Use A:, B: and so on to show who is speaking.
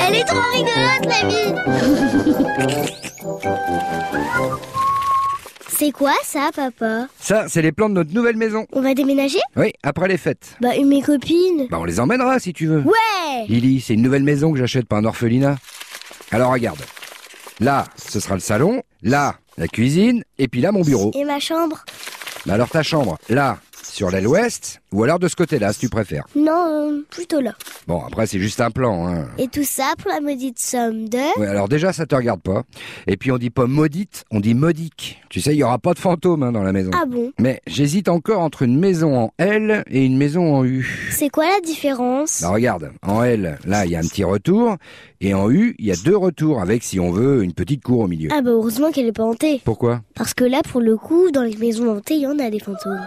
A: Elle est trop rigolote, l'ami C'est quoi ça, papa
B: Ça, c'est les plans de notre nouvelle maison.
A: On va déménager
B: Oui, après les fêtes.
A: Bah, et mes copines
B: Bah, on les emmènera si tu veux.
A: Ouais
B: Lily, c'est une nouvelle maison que j'achète pas un orphelinat. Alors regarde. Là, ce sera le salon. Là, la cuisine. Et puis là, mon bureau.
A: Et ma chambre
B: Bah alors ta chambre. Là, sur l'aile ouest. Ou alors de ce côté-là, si tu préfères.
A: Non, euh, plutôt là.
B: Bon, après, c'est juste un plan. Hein.
A: Et tout ça pour la maudite somme de...
B: Ouais, alors déjà, ça te regarde pas. Et puis, on dit pas maudite, on dit modique. Tu sais, il y aura pas de fantôme hein, dans la maison.
A: Ah bon
B: Mais j'hésite encore entre une maison en L et une maison en U.
A: C'est quoi la différence
B: Bah regarde, en L, là, il y a un petit retour, et en U, il y a deux retours, avec, si on veut, une petite cour au milieu.
A: Ah bah heureusement qu'elle est pas hantée.
B: Pourquoi
A: Parce que là, pour le coup, dans les maisons hantées, il y en a des fantômes.